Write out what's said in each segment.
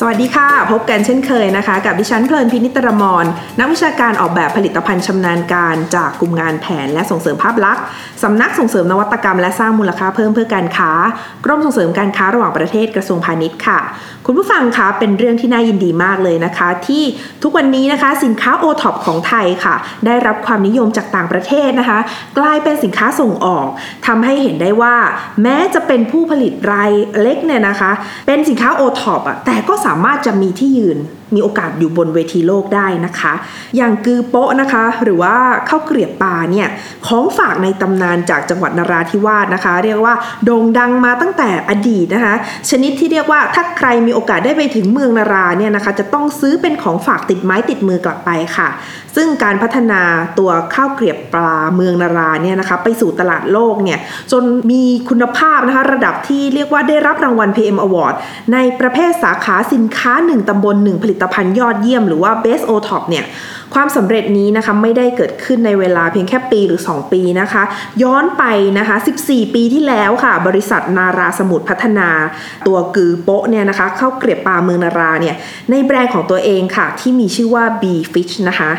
สวัสดีค่ะ พบกันเช่นเคยนะคะ กับดิฉันเพลินพินิตรมรนักวิชาการออกแบบผลิตภัณฑ์ชำนาญการจากกลุ่มงานแผนและส่งเสริมภาพลักษณ์สำนักส่งเสริมนวัตกรรมและสร้างมูลค่าเพิ่มเพื่อการค้ากรมส่งเสริมการค้าระหว่างประเทศกระทรวงพาณิชย์ค่ะ คุณผู้ฟังคะเป็นเรื่องที่น่ายินดีมากเลยนะคะ ที่ทุกวันนี้นะคะสินค้าโอท็อปของไทยค่ะ ได้รับความนิยมจากต่างประเทศนะคะ กลายเป็นสินค้าส่งออกทำให้เห็นได้ว่า แม้จะเป็นผู้ผลิตรายเล็กเนี่ยนะคะ เป็นสินค้าโอท็อปอะแต่ก็สามารถจะมีที่ยืน มีโอกาสอยู่บนเวทีโลกได้นะคะ อย่างกือโปะนะคะ หรือว่าข้าวเกลียบปลาเนี่ยของฝากในตำนานจากจังหวัดนราธิวาสนะคะ เรียกว่าโด่งดังมาตั้งแต่อดีตนะคะ ชนิดที่เรียกว่าถ้าใครมีโอกาสได้ไปถึงเมืองนาราเนี่ยนะคะ จะต้องซื้อเป็นของฝากติดไม้ติดมือกลับไปค่ะ ซึ่งการพัฒนาตัวข้าวเกลียบปลาเมืองนาราเนี่ยนะคะ ไปสู่ตลาดโลกเนี่ยจนมีคุณภาพนะคะ ระดับที่เรียกว่าได้รับรางวัล PM Award ในประเภทสาขาสินค้า 1 ตำบล 1 ผลิตภัณฑ์ยอดเยี่ยมหรือว่า Best O Top เนี่ย ความสำเร็จนี้นะคะไม่ได้เกิดขึ้นในเวลาเพียงแค่ปีหรือ 2 ปีนะคะ ย้อนไปนะคะ 14 ปีที่แล้วค่ะ บริษัทนาราสมุทรพัฒนา ตัวกือโปะเนี่ยนะคะเข้าเกลียบปลาเมืองนาราเนี่ยในแบรนด์ของตัวเองค่ะ ที่มีชื่อว่า B Fish นะคะ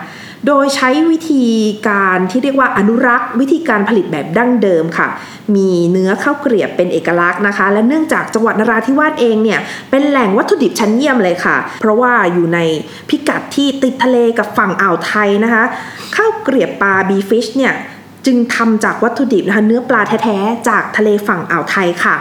โดยใช้วิธีการที่เรียกว่าอนุรักษ์วิธีการผลิตแบบดั้งเดิมค่ะ มีเนื้อข้าวเกลียบเป็นเอกลักษณ์นะคะ และเนื่องจากจังหวัดนราธิวาสเองเนี่ยเป็นแหล่งวัตถุดิบชั้นเยี่ยมเลยค่ะ เพราะว่าอยู่ในพิกัดที่ติดทะเลกับฝั่งอ่าวไทยนะคะข้าวเกลียบปลาบีฟิชเนี่ย จึงทำจากวัตถุดิบนะคะเนื้อปลาแท้ๆ จากทะเลฝั่งอ่าวไทยค่ะ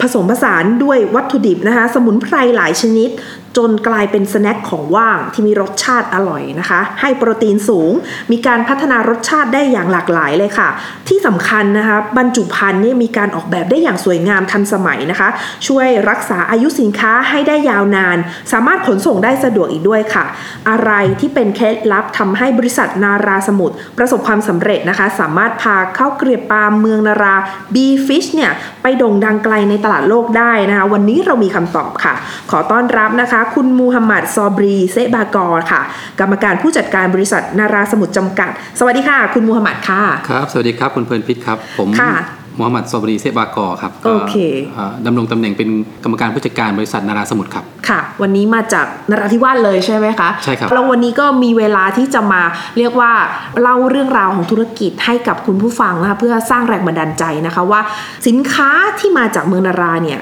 ผสมผสานด้วยวัตถุดิบนะคะ สมุนไพรหลายชนิด จนกลายเป็นสแน็คของว่างที่มีรสชาติอร่อยนะคะ ให้โปรตีนสูง มีการพัฒนารสชาติได้อย่างหลากหลายเลยค่ะ ที่สำคัญนะคะบรรจุภัณฑ์เนี่ยมีการออกแบบได้อย่างสวยงามทันสมัยนะคะ ช่วยรักษาอายุสินค้าให้ได้ยาวนาน สามารถขนส่งได้สะดวกอีกด้วยค่ะ อะไรที่เป็นเคล็ดลับทำให้บริษัทนาราสมุทรประสบความสำเร็จนะคะ สามารถพาเข้าวเกลียบปลาเมืองนารา B Fish เนี่ย ไปโด่งดังไกลในตลาดโลกได้นะคะ วันนี้เรามีคำตอบค่ะ ขอต้อนรับนะคะ คุณมูฮัมหมัดซอบรีเซบากอร์ค่ะ กรรมการผู้จัดการบริษัทนาราสมุทรจำกัด สวัสดีค่ะ คุณมูฮัมหมัดค่ะ ครับ สวัสดีครับ คุณเพลินพิษครับ ผม ค่ะ มูฮัมหมัดซอบรีเซบากอครับ โอเค อ่าดำรงตำแหน่งเป็นกรรมการผู้จัดการบริษัทนาราสมุทรครับ ค่ะ วันนี้มาจากนราธิวาสเลยใช่ไหมคะ ใช่ครับ แล้ววันนี้ก็มีเวลาที่จะมาเรียกว่าเล่าเรื่องราวของธุรกิจให้กับคุณผู้ฟังนะคะเพื่อสร้างแรงบันดาลใจนะคะว่า สินค้าที่มาจากเมืองนาราเนี่ย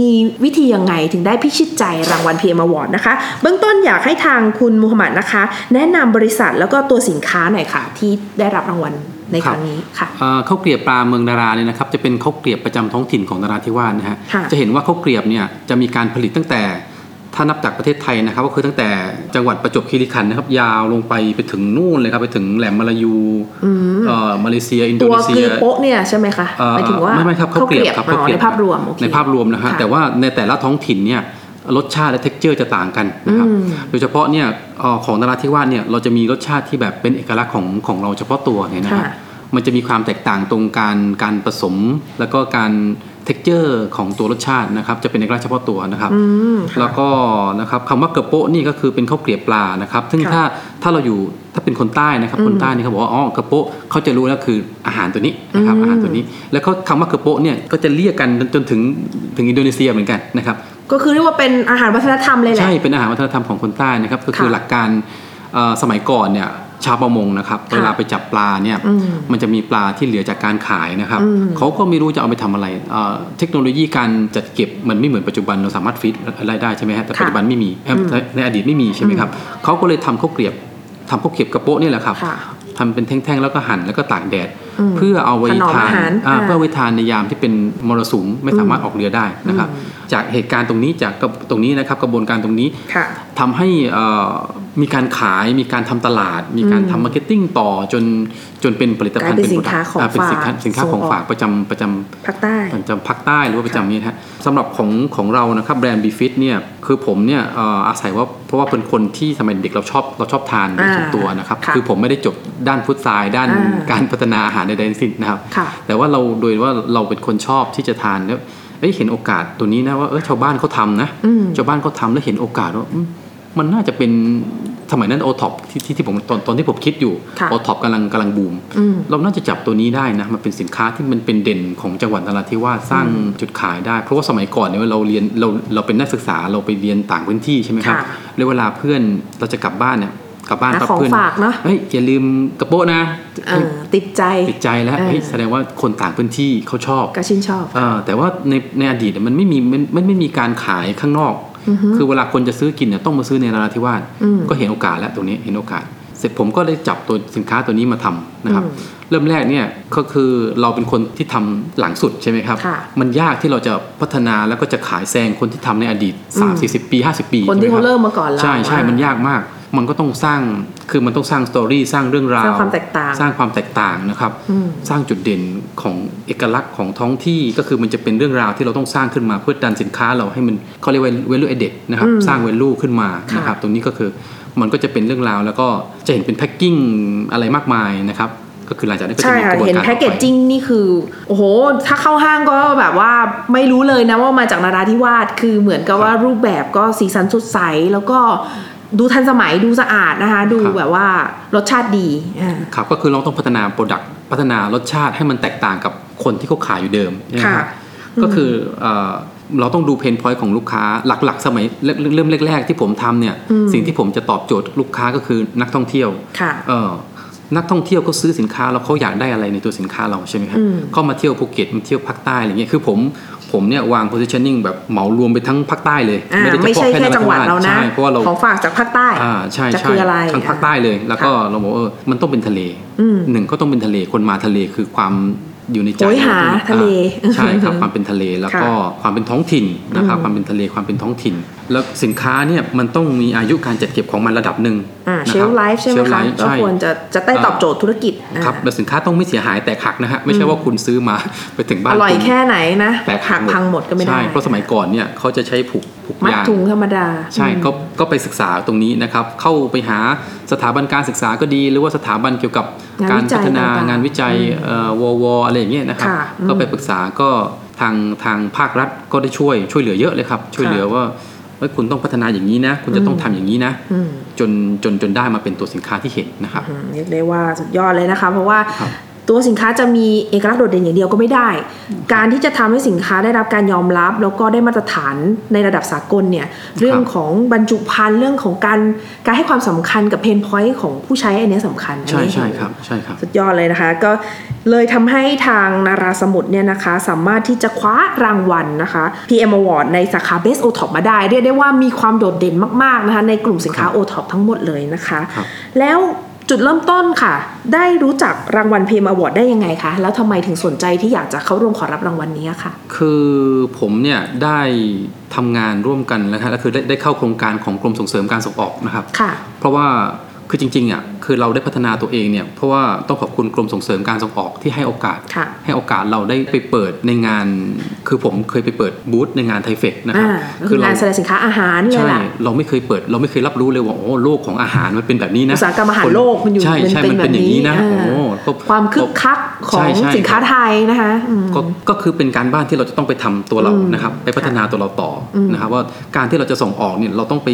มีวิธียังไงถึงได้พิชิตใจรางวัล PM Award นะคะ เบื้องต้นอยากให้ทางคุณมูฮัมหมัดนะคะ แนะนำบริษัทแล้วก็ตัวสินค้าหน่อยค่ะ ที่ได้รับรางวัลในครั้งนี้ค่ะ อ่าข้าวเกลียบปลาเมืองนาราเนี่ยนะครับจะเป็นข้าวเกลียบประจำท้องถิ่นของนราธิวาสนะฮะ ค่ะ จะเห็นว่าข้าวเกลียบเนี่ยจะมีการผลิตตั้งแต่ถ้านับจากประเทศไทยนะครับก็คือตั้งแต่จังหวัดประจวบคีรีขันธ์นะครับยาวลงไปไปถึงนู่นเลยครับไปถึงแหลมมาลายู อืม เอ่อมาเลเซีย อินโด ตัว นีเซี กื ย อโป๊ะเนี่ยใช่ไหมคะ เอ่อ หมายถึงว่า ไม่ไม่ครับเขาวเกลียบครับ อ๋อในภาพรวมโอเค ในภาพรวมนะฮะ ค่ะ แต่ว่าในแต่ละท้องถิ่นเนี่ยรสชาติและเท็กเจอร์จะต่างกันนะครับ อืม โดยเฉพาะเนี่ยเอ่อของนราธิวาสเนี่ยเราจะมีรสชาติที่แบบเป็นเอกลักษณ์ของของเราเฉพาะตัวเนี่ยนะครับ ค่ะ มันจะมีความแตกต่างตรงการการผสม แล้วก็การเท็กเจอร์ของตัวรสชาตินะครับจะเป็นเอกลักษณ์เฉพาะตัวนะครับ อืมค่ะ แล้วก็นะครับคำว่ากระโปะนี่ก็คือเป็นข้าวเกลียบปลานะครับซึ่ง ค่ะ ถ้าถ้าเราอยู่ถ้าเป็นคนใต้นะครับคนใต้นี่เขาบอกว่าอ๋อกระโปะเขาจะรู้แล้วคืออาหารตัวนี้นะครับ อืม อาหารตัวนี้ แล้วก็คำว่ากระโปะเนี่ยก็จะเรียกกันจนจนถึงถึงอินโดนีเซียเหมือนกันนะครับ ก็คือเรียกว่าเป็นอาหารวัฒนธรรมเลยแหละ ใช่เป็นอาหารวัฒนธรรมของคนใต้นะครับก็คือ ค่ะ หลักการเอ่อสมัยก่อนเนี่ยชาวประมงนะครับ ค่ะ เวลาไปจับปลาเนี่ย อืม มันจะมีปลาที่เหลือจากการขายนะครับ อืม เขาก็ไม่รู้จะเอาไปทำอะไรเอ่อเทคโนโลยีการจัดเก็บมันไม่เหมือนปัจจุบันเราสามารถฟีดอะไรได้ใช่ไหมฮะแต่ปัจจุบัน มันไม่มีเอ่อ อืม ในในอดีตไม่มีใช่ไหมครับเขาก็เลยทำข้าวเกลียบทำข้าวเกลียบกระโปะนี่แหละครับ ค่ะ ทำเป็นแท่งๆแล้วก็หั่นแล้วก็ตากแดด อืม เพื่อเอาไว้ ถนอม ทาน อาหาร อ่า อ่า เพื่อไว้ทานในยามที่เป็นมรสุมไม่สามารถออกเรือได้นะครับ จากเหตุการณ์ตรงนี้จากกับตรงนี้นะครับกระบวนการตรงนี้ ค่ะ ทำให้เอ่อมีการขายมีการทำตลาด มีการทำมาร์เก็ตติ้งต่อจนจนเป็นผลิตภัณฑ์ กลายเป็นสินค้า product เป็นสินค้า ของฝาก สินค้า ส่งออก ของฝากประจำประจำ ภาคใต้ ประจำภาคใต้หรือว่าประจำนี้นะฮะสำหรับของของเรานะครับแบรนด์บีฟิตเนี่ยคือผมเนี่ยเอ่ออาศัยว่าเพราะว่าเป็นคนที่สมัยเด็กเราชอบเราชอบทานเป็นส่วน อ่า ตัวนะครับ ค่ะ อผมไม่ได้จบด้านฟุตซายด้าน อ่า การพัฒนาอาหารใดๆทั้งสิ้นนะครับ ค่ะ แต่ว่าเราโดยว่าเราเป็นคนชอบที่จะทานแล้วเอ้ยเห็นโอกาสตัวนี้นะว่าเออชาวบ้านเขาทำนะ อืม ชาวบ้านเขาทำแล้วเห็นโอกาสว่าอืมมันน่าจะเป็นสมัยนั้นโอท็อปที่ที่ที่ผมตอนตอนที่ผมคิดอยู่ ค่ะ โอท็อปกำลังกำลังบูม อืม เราน่าจะจับตัวนี้ได้นะมันเป็นสินค้าที่มันเป็นเด่นของจังหวัดนราธิวาสสร้างจุดขายได้ เพราะว่าสมัยก่อนเนี่ยเราเรียนเราเราเป็นนักศึกษาเราไปเรียนต่างพื้นที่ใช่ไหมครับ ค่ะ แล้วเวลาเพื่อนเราจะกลับบ้านเนี่ยกลับบ้าน หา ปั๊บ ของ เพื่อน ฝากเนอะ เฮ้ยอย่าลืมกระโปะนะ เออติดใจ ติดใจแล้ว เออ เฮ้ยแสดงว่าคนต่างพื้นที่เขาชอบ ก็ชื่นชอบ เออแต่ว่าในในอดีตเนี่ยมันไม่มีมันมันไม่มีการขายข้างนอก คือเวลาคนจะซื้อกินเนี่ยต้องมาซื้อในนราธิวาส อืม ก็เห็นโอกาสแล้วตรงนี้เห็นโอกาส เสร็จผมก็ได้จับตัวสินค้าตัวนี้มาทำนะครับ อืม เริ่มแรกเนี่ยก็คือเราเป็นคนที่ทำหลังสุดใช่ไหมครับ ค่ะ มันยากที่เราจะพัฒนาแล้วก็จะขายแซงคนที่ทำในอดีต อืม 3 40 ปี 50 ปี คนที่ ใช่ไห เขา บ เริ่มมาก่อนเรา ใช่ใช่ อ่ะ มันยากมาก มันก็ต้องสร้างคือมันต้องสร้างสตอรี่สร้างเรื่องราว สร้างความแตกต่าง สร้างความแตกต่างนะครับ อืม สร้างจุดเด่นของเอกลักษณ์ของท้องที่ก็คือมันจะเป็นเรื่องราวที่เราต้องสร้างขึ้นมาเพื่อดันสินค้าเราให้มันเขาเรียกว่า value added นะครับ อืม สร้าง value ขึ้นมา ค่ะ นะครับตรงนี้ก็คือมันก็จะเป็นเรื่องราวแล้วก็จะเห็นเป็นแพ็กกิ้งอะไรมากมายนะครับ ก็คือหลังจากนั้นก็จะ ใช่ มีก ค่ะ ระบวน เห็น การ แพ็กเกจจิ้งนี่คือโอ้โห ถ้าเข้าห้างก็แบบว่าไม่รู้เลยนะว่ามาจากนาราธิวาสคือเหมือนกับว่ารูปแบบก็สีสันสดใส แล้วก็ดูทันสมัยดูสะอาดนะคะ ดูแบบว่ารสชาติดีอ่า ครับก็คือเราต้องพัฒนาโปรดักต์พัฒนารสชาติให้มันแตกต่างกับคนที่เขาขายอยู่เดิมนะ ค่ะ ครับก็คือเอ่อเราต้องดูเพนพอยต์ของลูกค้าหลักๆ สมัยเริ่มเริ่มแรก ๆ ที่ผมทำเนี่ย อืม สิ่งที่ผมจะตอบโจทย์ลูกค้าก็คือนักท่องเที่ยว ค่ะ เออนักท่องเที่ยวเขาซื้อสินค้าแล้วเขาอยากได้อะไรในตัวสินค้าเราใช่ไหมครับ อืม ก็มาเที่ยวภูเก็ตมาเที่ยวภาคใต้อะไรเงี้ยคือผมผมเนี่ยวาง positioning แบบเหมารวมไปทั้งภาคใต้เลย อ่าไม่ใช่แค่จังหวัดเรานะ ใช่เพราะว่าเรา ของฝากจากภาคใต้ อ่าใช่ จะ ใช่ คืออะไร ทั้งภาคใต้เลย แล้วก็เราบอกว่าเออมันต้องเป็นทะเล อืม หนึ่งก็ต้องเป็นทะเลคนมาทะเลคือความอยู่ในใจ โหยหา อ่ ทะเล ใช่ครับความเป็นทะเลแล้วก็ความเป็นท้องถิ่นนะครับ อืม ความเป็นทะเลความเป็นท้องถิ่น แล้วสินค้าเนี่ยมันต้องมีอายุการจัดเก็บของมันระดับหนึ่ง อ่า นะ เช ครั ล บ ไลฟ์ใช่ไหม shelf คะ life ก็ ใช่ ควรจะจะได้ตอบโจทย์ธุรกิจอ่า ครับแต่สินค้าต้องไม่เสียหายแตกหักนะฮะไม่ใช่ว่าคุณซื้อมา ไปถึงบ้า อนร่อย ณ แค่ไหนนะ แตก หัก ด พังหมดก็ไม่ได้ ใช่เพราะสมัยก่อนเนี่ยเขาจะใช้ผูกผูก มัด ยาง ถุงธรรมดา ใช่ก็ก็ไปศึกษาตรงนี้นะครับ เข้าไปหาสถาบันการศึกษาก็ดี หรือว่าสถาบันเกี่ยวกับ งานวิการจั พั ย ฒนา ต่างๆ งานวิจัยเอ่อววอะไรอย่างเงี้ยนะครับ ค่ะอืม ก็ไปปรึกษาก็ทางทางภาครัฐก็ได้ช่วยช่วยเหลือเยอะเลยครับ ช่วย ค่ะ เหลือว่าเอ้ยคุณต้องพัฒนาอย่างนี้นะ คุณจะต้อง อืม ทำอย่างนี้นะ อืม จนจนจนได้มาเป็นตัวสินค้าที่เห็นนะครับ อืมเรียกได้ว่าสุดยอดเลยนะคะ เพราะว่า ครับ ตัวสินค้าจะมีเอกลักษณ์โดดเด่นอย่างเดียวก็ไม่ได้ การที่จะทำให้สินค้าได้รับการยอมรับ แล้วก็ได้มาตรฐานในระดับสากลเนี่ยเรื่องของบรรจุภัณฑ์เรื่องของการการให้ความสำคัญกับเพนพอยต์ของผู้ใช้อันเนี้ยสำคัญอัน ใช่ นี้ ใช่ เห็น ครับใช่ครับ สุดยอดเลยนะคะ ก็เลยทำให้ทางนาราสมุทรเนี่ยนะคะ สามารถที่จะคว้ารางวัลนะคะ PM Award ในสาขา Best O-Top มาได้ เรียกได้ว่ามีความโดดเด่นมาก ๆ นะคะ ในกลุ่มสินค้า O-Top ทั้งหมดเลยนะคะ ครับ แล้วจุดเริ่มต้นค่ะ ได้รู้จักรางวัล PM Award ได้ยังไงคะ แล้วทำไมถึงสนใจที่อยากจะเข้าร่วมขอรับรางวัลนี้ค่ะ คือผมเนี่ยได้ทำงานร่วมกันนะครับแล้วคือได้ได้เข้าโครงการของกรมส่งเสริมการส่งออกนะครับ ค่ะ เพราะว่าคือจริงๆอ่ะคือเราได้พัฒนาตัวเองเนี่ยเพราะว่าต้องขอบคุณกรมส่งเสริมการส่งออกที่ให้โอกาส ค่ะ ให้โอกาสเราได้ไปเปิดในงาน คือผมเคยไปเปิดบูธในงานไทเฟกนะครับ อ่าก็คืองานแสดงสินค้าอาหารเลย ใช่ ล่ะ เราไม่เคยเปิด เราไม่เคยรับรู้เลยว่าโอ้โลกของอาหารมันเป็นแบบนี้นะ อุตสาหกรรมอาหารโลกมันอยู่ ใช่ใช่มันเป็นอย่างนี้นะ อ่า โอ้ก็ ความคึกคักขอ ใช่ ง ใช่ สินค้าไทยนะคะอืม ก็ก็คือเป็นการบ้านที่เราจะต้องไปทำตัวเรา อืม นะครับ ไปพัฒนาตัวเราต่ออ ม นะครับ ว่าการที่เราจะส่งออกเนี่ยเราต้องไป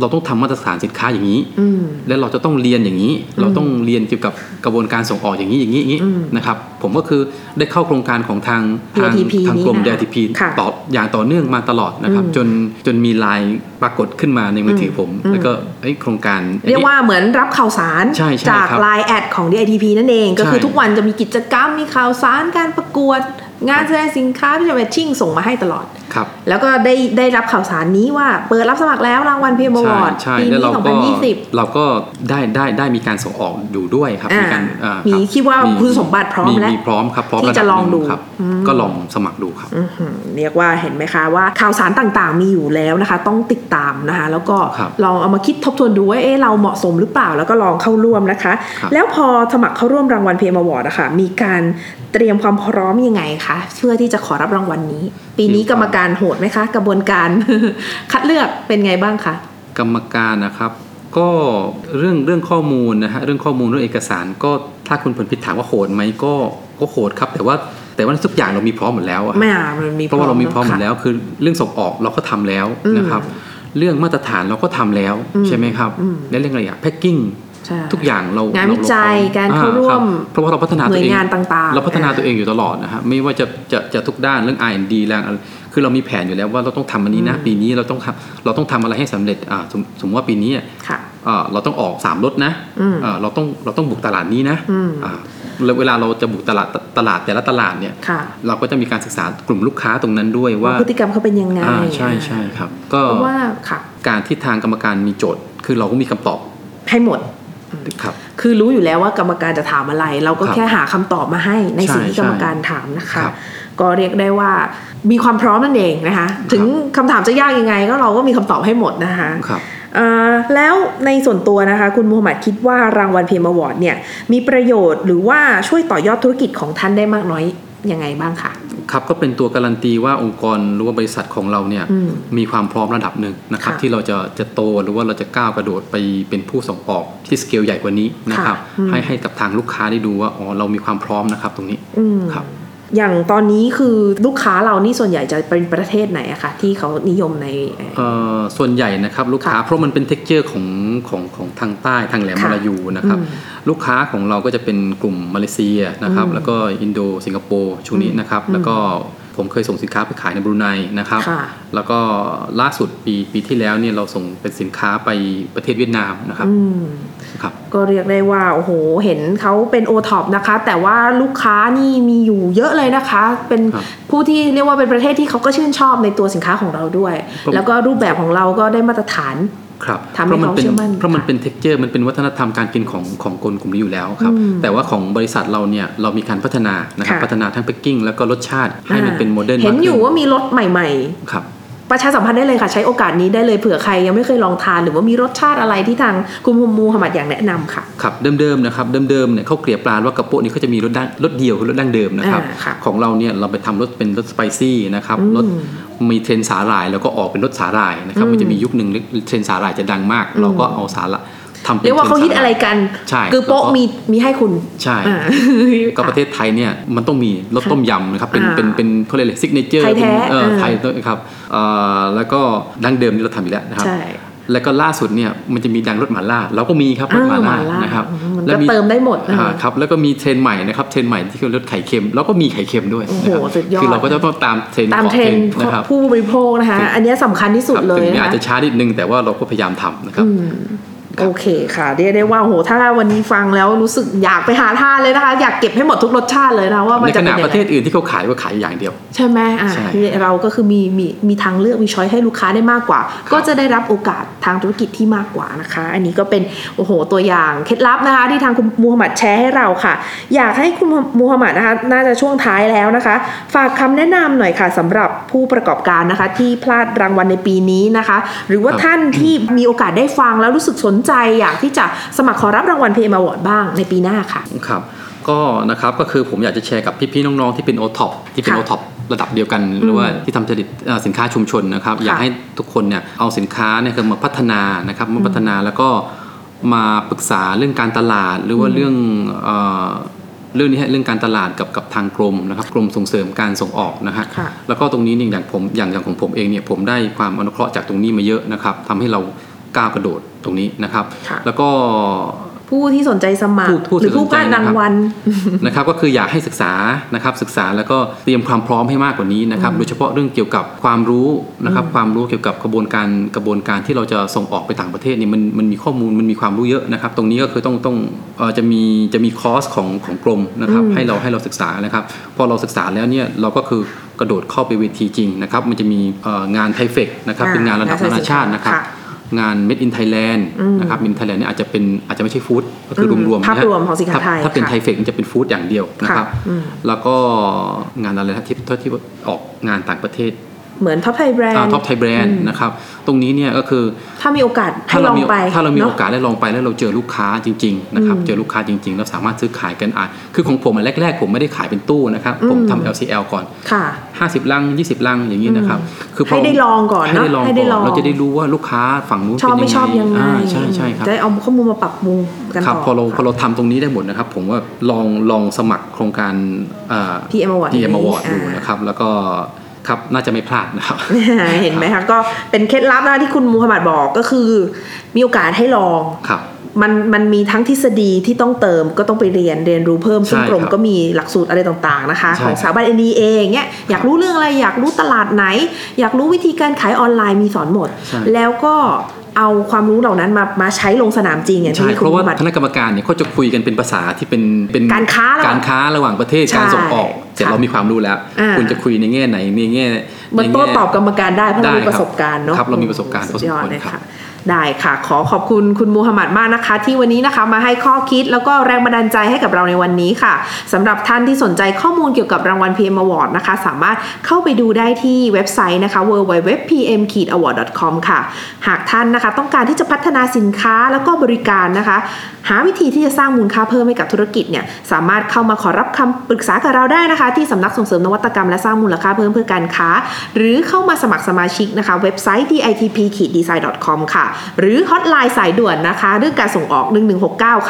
เราต้องทำมาตรฐานสินค้าอย่างนี้ อืม และเราจะต้องเรียนอย่างนี้ เราต้องเรียนเกี่ยวกับกระบวนการส่งออกอย่างนี้อย่างนี้อย่างนี้ อืม นะครับ ผมก็คือได้เข้าโครงการของทางทาง DITP ทางกรม นี่นะ DTP ค่ะ ต่ออย่างต่อเนื่องมาตลอดนะครับ อืม จนจนมีไลายปรากฏขึ้นมาในมืออ ม ถือผม อืม แล้วก็เอ้ยโครงการอัน เรีย นี้ กว่าเหมือนรับข่าวสาร ใช่ใช่ จาก ครับ ไลน์แอดของ DITP นั่นเอง ก็คือ ใช่ ทุกวันจะมีกิจกรรมมีข่าวสารการประกวด งานแสดงสินค้าพิจารณาชิ่งส่งมาให้ตลอด ครับ แล้วก็ได้ได้รับข่าวสารนี้ว่าเปิดรับสมัครแล้วรางวัลพีเอ็มอ ใช่ วอร์ด ใช่ ปี แล้ว นี้ เราก็ 2020 เราก็ได้ได้ได้มีการส่งออกอยู่ด้วยครับ อ่ามี มีการอ่า มี รับ คิดว่าคุณสมบัติพร้อมแล้ว มีพร้อมครับพร้อม ที่จะ รดับลอหงดู ครับ อืม ก็ลองสมัครดูครับ อื้อหือเรียกว่าเห็นไหมคะว่าข่าวสารต่างๆมีอยู่แล้วนะคะ ต้องติดตามนะคะ แล้วก็ ครับ ลองเอามาคิดทบทวนดูว่าเอ๊ะเราเหมาะสมหรือเปล่าแล้วก็ลองเข้าร่วมนะคะ ครับ แล้วพอสมัครเข้าร่วมรางวัล PM Award นะคะมีการเตรียมความพร้อมยังไงคะเพื่อที่จะขอรับรางวัลนี้ ปีนี้กรรมการโหดไหมคะ กระบวนการ คัดเลือกเป็นไงบ้างคะ กรรมการนะครับ ก็เรื่องเรื่องข้อมูลนะฮะเรื่องข้อมูลเรื่องเอกสาร ก็ถ้าคุณผลพิษถามว่าโหดไหมก็ก็โหดครับ แต่ว่าแต่ว่าทุกอย่างเรามีพร้อมหมดแล้วอะ ไม่อ่ะมันมี เพราะว่าเรามีพร้อมหมด ค่ะ แล้วคือเรื่องส่งออกเราก็ทำแล้ว อืม นะครับ เรื่องมาตรฐานเราก็ทำแล้ว อืม ใช่ไหมครับ อืม และเรื่องอะไรอะแพ็กกิ้ง ใช่ ทุกอย่างเรา งาน เร วิจัย เพอม การเข้า อ่ ร่วม คบเพราะว่าเราพัฒนา ห ตั น่ววย เอง งานต่างๆ เราพัฒนา อ่ะ ตัวเองอยู่ตลอดนะฮะไม่ว่าจะจะจะทุกด้านเรื่อง R&D แรงอะไรคือเรามีแผนอยู่แล้วว่าเราต้องทำอันนี้นะ ปีนี้เราต้องทำเราต้องทำอะไรให้สำเร็จอ่าสมสมมติว่าปีนี้อ่ะ ค่ะ เอ่อเราต้องออกสามรถนะ อืม เอ่อเราต้องเราต้องบุกตลาดนี้นะ อืม อ่าแล้วเวลาเราจะบุกตลาดตลาดแต่ละตลาดเนี่ย ค่ะ เราก็จะมีการศึกษากลุ่มลูกค้าตรงนั้นด้วยว่า ว่าพฤติกรรมเขาเป็นยังไง อ่าใช่ใช่ครับ ก็ เพราะว่าค่ะ การที่ทางกรรมการมีโจทย์ คือเราก็มีคำตอบ ให้หมด ครับ คือรู้อยู่แล้วว่ากรรมการจะถามอะไร เราก็ ครับ แค่หาคำตอบมาให้ใน ใช่ สิ่งที่กรรมการถามนะคะ ครับ ก็เรียกได้ว่ามีความพร้อมนั่นเองนะคะ ถึงคำถามจะยากยังไง ก็เราก็มีคำตอบให้หมดนะคะ ครับ เอ่อแล้วในส่วนตัวนะคะ คุณมูฮัมหมัดคิดว่ารางวัลเพียมวอร์ดเนี่ยมีประโยชน์หรือว่าช่วยต่อยอดธุรกิจของท่านได้มากน้อยยังไงบ้างคะ ครับก็เป็นตัวการันตีว่าองค์กรหรือว่าบริษัทของเราเนี่ย อืม มีความพร้อมระดับหนึ่งนะครับ ค่ะ ที่เราจะจะโตหรือว่าเราจะก้าวกระโดดไปเป็นผู้ส่งออกที่สเกลใหญ่กว่านี้นะครับ ค่ะอืม ให้ให้กับทางลูกค้าได้ดูว่าอ๋อเรามีความพร้อมนะครับตรงนี้ อืม ครับ อย่างตอนนี้คือลูกค้าเรานี่ส่วนใหญ่จะเป็นประเทศไหนอะคะที่เขานิยมใน เอ่อส่วนใหญ่นะครับลูกค้า ค่ะ เพราะมันเป็นเท็กเจอร์ของของของทางใต้ทางแหลม ค่ะ มาลายูนะครับ อื ลูกค้าของเราก็จะเป็นกลุ่มมาเลเซียนะครับ อืม แล้วก็อินโดสิงคโปร์ช่วงนี้นะครับ อืม แล้วก็ผมเคยส่งสินค้าไปขายในบรูไนนะครับ ค่ะ แล้วก็ล่าสุดปีปีที่แล้วเนี่ยเราส่งเป็นสินค้าไปประเทศเวียดนามนะครับ อืม ครับ ก็เรียกได้ว่าโอ้โหเห็นเขาเป็นโอท็อปนะคะ แต่ว่าลูกค้านี่มีอยู่เยอะเลยนะคะ เป็น ครับ ผู้ที่เรียกว่าเป็นประเทศที่เขาก็ชื่นชอบในตัวสินค้าของเราด้วย ผม แล้วก็รูปแบบของเราก็ได้มาตรฐาน ครับ ทำให้ เพราะมันเป็เขานเชื่อมั่น เพราะมัน ค่ะ เป็นเท็กเจอร์มันเป็นวัฒนธรรมการกินของของคนกลุ่มนี้อยู่แล้วครับ อืม แต่ว่าของบริษัทเราเนี่ยเรามีการพัฒนานะครับ ค่ะ พัฒนาทั้งแพ็กกิ้งแล้วก็รสชาติให้มันเป็นโมเดิร์น เห็นอยู่ว่ามีรสใหม่ ครับ ๆ ประชาสัมพันธ์ได้เลยค่ะ ใช้โอกาสนี้ได้เลยเผื่อใครยังไม่เคยลองทาน หรือว่ามีรสชาติอะไรที่ทางคุณมูฮัมหมัดอยากแนะนำค่ะ ครับเดิมๆนะครับเดิมๆเนี่ยเขาวเกลียบปลาว่ากระโปะนี่เขาจะมีรสดั้งรสเดียวคือรสดั้งเดิมนะครับ อ่าค่ะ ของเราเนี่ยเราไปทำรสเป็นรสสไปซี่นะครับ อืม รสมีเทรนด์สาหร่ายแล้วก็ออกเป็นรสสาหร่ายนะครับ อืม มันจะมียุคหนึ่งเทรนด์สาหร่ายจะดังมาก เราก็เอาสาหร่ายทำป็น เรียกว่าเขาฮิตอะไรกัน ใช่ คือโป๊ะมีมีให้คุณ ใช่ อ่า ก็ประเทศไทยเนี่ยมันต้องมีรสต้มยำนะครับเป็น อ่า เป็นเป็นเขาเรียกอะไรซิกเนเจอร์ ไทยแท้อ่า ไทยนะครับเอ่อแล้วก็ดั้งเดิมนี่เราทำอยู่แล้วนะครับ ใช่ แล้วก็ล่าสุดเนี่ยมันจะมีดังรถหมาล่าเราก็มีครับรถหมาล่า อ้าวหม่าล่าน นะครับ มันก็ แล้ว เติมได้หมดนะคะ อ่าครับแล้วก็มีเทรนด์ใหม่นะครับเทรนด์ใหม่ที่คือรถไข่เค็มแล้วก็มีไข่เค็มด้วย โอ้โห นะครับ สุดยอด คือเราก็จะต้องตามเทรนด์ ตาม ของ เทรนด์ รนะครับ ผู้บริโภคนะคะ อันเนี้ยสำคัญที่สุด ครับ เลย ถึงแม้ นะ อาจ คะ จะช้านิดนึงแต่ว่าเราก็พยายามทำนะครับ อืมโอเคค่ะเรียกได้ว่าโหถ้าวันนี้ฟังแล้วรู้สึกอยากไปหาทานเลยนะคะ อยากเก็บให้หมดทุกรสชาติเลยนะว่ามัน ใน จะ ข เป็ ณะ นยัง ประเท ไง ศอื่นที่เขาขายก็ขายอย่างเดียว ใช่ไหมอ่ะ ใช่ เราก็คือมีมีมีทางเลือกมีช้อยให้ลูกค้าได้มากกว่า ก็จะได้รับโอกาสทางธุรกิจที่มากกว่านะคะ อันนี้ก็เป็นโอ้โหตัวอย่างเคล็ดลับนะคะ ที่ทางคุณมูฮัมหมัดแชร์ให้เราค่ะ อยากให้คุณมูฮัมหมัดนะคะ น่าจะช่วงท้ายแล้วนะคะ ฝากคำแนะนำหน่อยค่ะสำหรับผู้ประกอบการนะคะ ที่พลาดรางวัลในปีนี้นะคะ หรือว่า ครับ ท่านที่มีโอกาสได้ฟังแล้วรู้สึกสนใจ อยากที่จะสมัครขอรับรางวัล PM Award บ้างในปีหน้าค่ะ ครับก็นะครับก็คือผมอยากจะแชร์กับพี่ๆน้องๆที่เป็นโอท็อปที่เป็น ค่ะ โอท็อประดับเดียวกัน หรือว่าที่ทำผลิตเอ่อสินค้าชุมชนนะครับอยากให้ทุกคนเนี่ยเอาสินค้าเนี่ยคือมาพัฒนานะครับมาพัฒนาแล้วก็มาปรึกษาเรื่องการตลาด หรือว่าเรื่องเอ่อเรื่องนี้ฮะเรื่องการตลาดกับกับทางกรมนะครับกรมส่งเสริมการส่งออกนะฮะ ค่ะ แล้วก็ตรงนี้เนี่ยอย่างผมอย่างอย่างของผมเองเนี่ยผมได้ความอนุเคราะห์จากตรงนี้มาเยอะนะครับทำให้เราก้าวกระโดดตรงนี้นะครับ ค่ะ แล้วก็ ผู้ที่สนใจสมัคร ผู้ผู้ หรือผู้ สพนใจ ลาดราง นะครับ วัล นะครับก็คืออยากให้ศึกษานะครับศึกษาแล้วก็เตรียมความพร้อมให้มากกว่านี้นะครับโดยเฉพาะเรื่องเกี่ยวกับความรู้นะครับความรู้เกี่ยวกับกระบวนการกระบวนการที่เราจะส่งออกไปต่างประเทศเนี่ยมันมันมีข้อมูลมันมีความรู้เยอะนะครับ ตรงนี้ก็คือต้องต้องเอ่อจะมีจะมีคอร์สของของกรมนะครับให้เราให้เราศึกษานะครับพอเราศึกษาแล้วเนี่ยเราก็คือกระโดดเข้าไปเวทีจริงนะครับมันจะมีเอ่องานไทเฟกนะครับเป็นงานระดับนานาชาตินะครับ ค่ะ งาน Made in Thailand นะครับ Made in Thailand เนี่ยอาจจะเป็นอาจจะไม่ใช่ฟู้ดก็คืออ ม รวมๆนะฮะ ภาพรวมของสินค้าไทย ถ้าเป็น ค่ะ ไท เฟกมันจะเป็นฟู้ดอย่างเดียวนะครับ ค่ะอืม แล้วก็งานอะไรนะที่ที่ออกงานต่างประเทศ เหมือนท็อปไทยแบรนด์ ท็อปไทยแบรนด์นะครับ ตรงนี้เนี่ยก็คือ ถ้ามีโอกาสให้ ถ้า ล เรา อง มี ไป ถ้าเรามี นะ โอกาสได้ลองไปแล้วเราเจอลูกค้าจริงๆนะครับ เจอลูกค้าจริงๆ แล้วสามารถซื้อขายกันอ่ะคือของผมอันแรกๆ ผมไม่ได้ขายเป็นตู้นะครับ ผม อืม ทำ LCL ก่อน ค่ะ 50 ลัง 20 ลังอย่างนี้นะครับ คือพ ให้ได้ลองก่อนเนอะ ให้ได้ลอง ให้ได้ล ก่ อ อง นเราจะได้รู้ว่าลูกค้าฝั่งนู้ชนเป็น อบ ยังไง ไม่ชอบยังไง าใช่ใช่ครับ จะได้เอาข้อมูลมาปรับปรุงกัน ครับ ต่อ พอเราพอเราทำตรงนี้ได้หมดนะครับ ผมว่าลองลองสมัครโครงการ PM Award พีเอ็มอวอร์ด อ่า ดูนะครับ แล้วก็ครับน่าจะไม่พลาด นะครับ เห็นไหมคะก็เป็นเคล็ดลับนะที่คุณมูฮัมหมัดบอกก็คือ มีโอกาสให้ลอง ครับ มันมันมีทั้งทฤษฎีที่ต้องเติมก็ต้องไปเรียนเรียนรู้เพิ่มซึ่ง ใช่ กรม ครับ ก็มีหลักสูตรอะไรต่างๆนะคะ ใช่ ของ ครับ สถาบันเอ็นดีเองเนี่ยอยากรู้เรื่องอะไรอยากรู้ตลาดไหน อยากรู้วิธีการขายออนไลน์มีสอนหมด ใช่ แล้วก็เอาความรู้เหล่านั้นมามาใช้ลงสนามจริงอย่าง ใช่ ที่ เพ คุณ ราะ มูฮัว่ามหมัด คณะกรรมการเนี่ยเขาจะคุยกันเป็นภาษาที่เป็นเป็น การค้าระหว่าง การค้าระหว่างประเทศ ใช่ การส่งออกเสร็จ ค่ะ เรามีความรู้แล้ว อ่า คุณจะคุยในแง่ไหนในแง่ มัน ใน โต้ แง่ ตอบกรรมการได้เพราะเรามีได้ค ป รับ ระสบการณ์เนาะ ครับเรามีประสบการณ์ สุดยอด พอสมควร เลย ครั ค่ะ บ ได้ค่ะ ขอขอบคุณคุณมูฮัมหมัดมากนะคะ ที่วันนี้นะคะมาให้ข้อคิดแล้วก็แรงบันดาลใจให้กับเราในวันนี้ค่ะสำหรับท่านที่สนใจข้อมูลเกี่ยวกับรางวัล PM Award นะคะ สามารถเข้าไปดูได้ที่เว็บไซต์นะคะ www.pm-award.com ค่ะ หากท่านนะคะ ต้องการที่จะพัฒนาสินค้าแล้วก็บริการนะคะ หาวิธีที่จะสร้างมูลค่าเพิ่มให้กับธุรกิจเนี่ยสามารถเข้ามาขอรับคำปรึกษากับเราได้นะคะ ที่สำนักส่งเสริมนวัตกรรมและสร้างมูลค่าเพิ่มเพื่อการค้า หรือเข้ามาสมัครสมาชิกนะคะ เว็บไซต์ ditp-design.com ค่ะ หรือฮอตไลน์สายด่วนนะคะ เรื่องการส่งออก 1169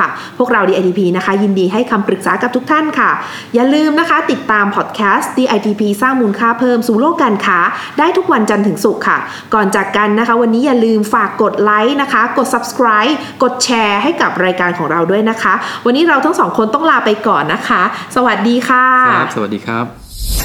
ค่ะ พวกเรา DITP นะคะ ยินดีให้คำปรึกษากับทุกท่านค่ะ อย่าลืมนะคะ ติดตามพอดแคสต์ DITP สร้างมูลค่าเพิ่มสู่โลกการค้า ได้ทุกวันจันทร์ถึงศุกร์ค่ะ ก่อนจากกันนะคะ วันนี้อย่าลืมฝากกดไลค์นะคะ กด subscribe กดแชร์ให้กับรายการของเราด้วยนะคะ วันนี้เราทั้งสองคนต้องลาไปก่อนนะคะ สวัสดีค่ะ ครับสวัสดีครับ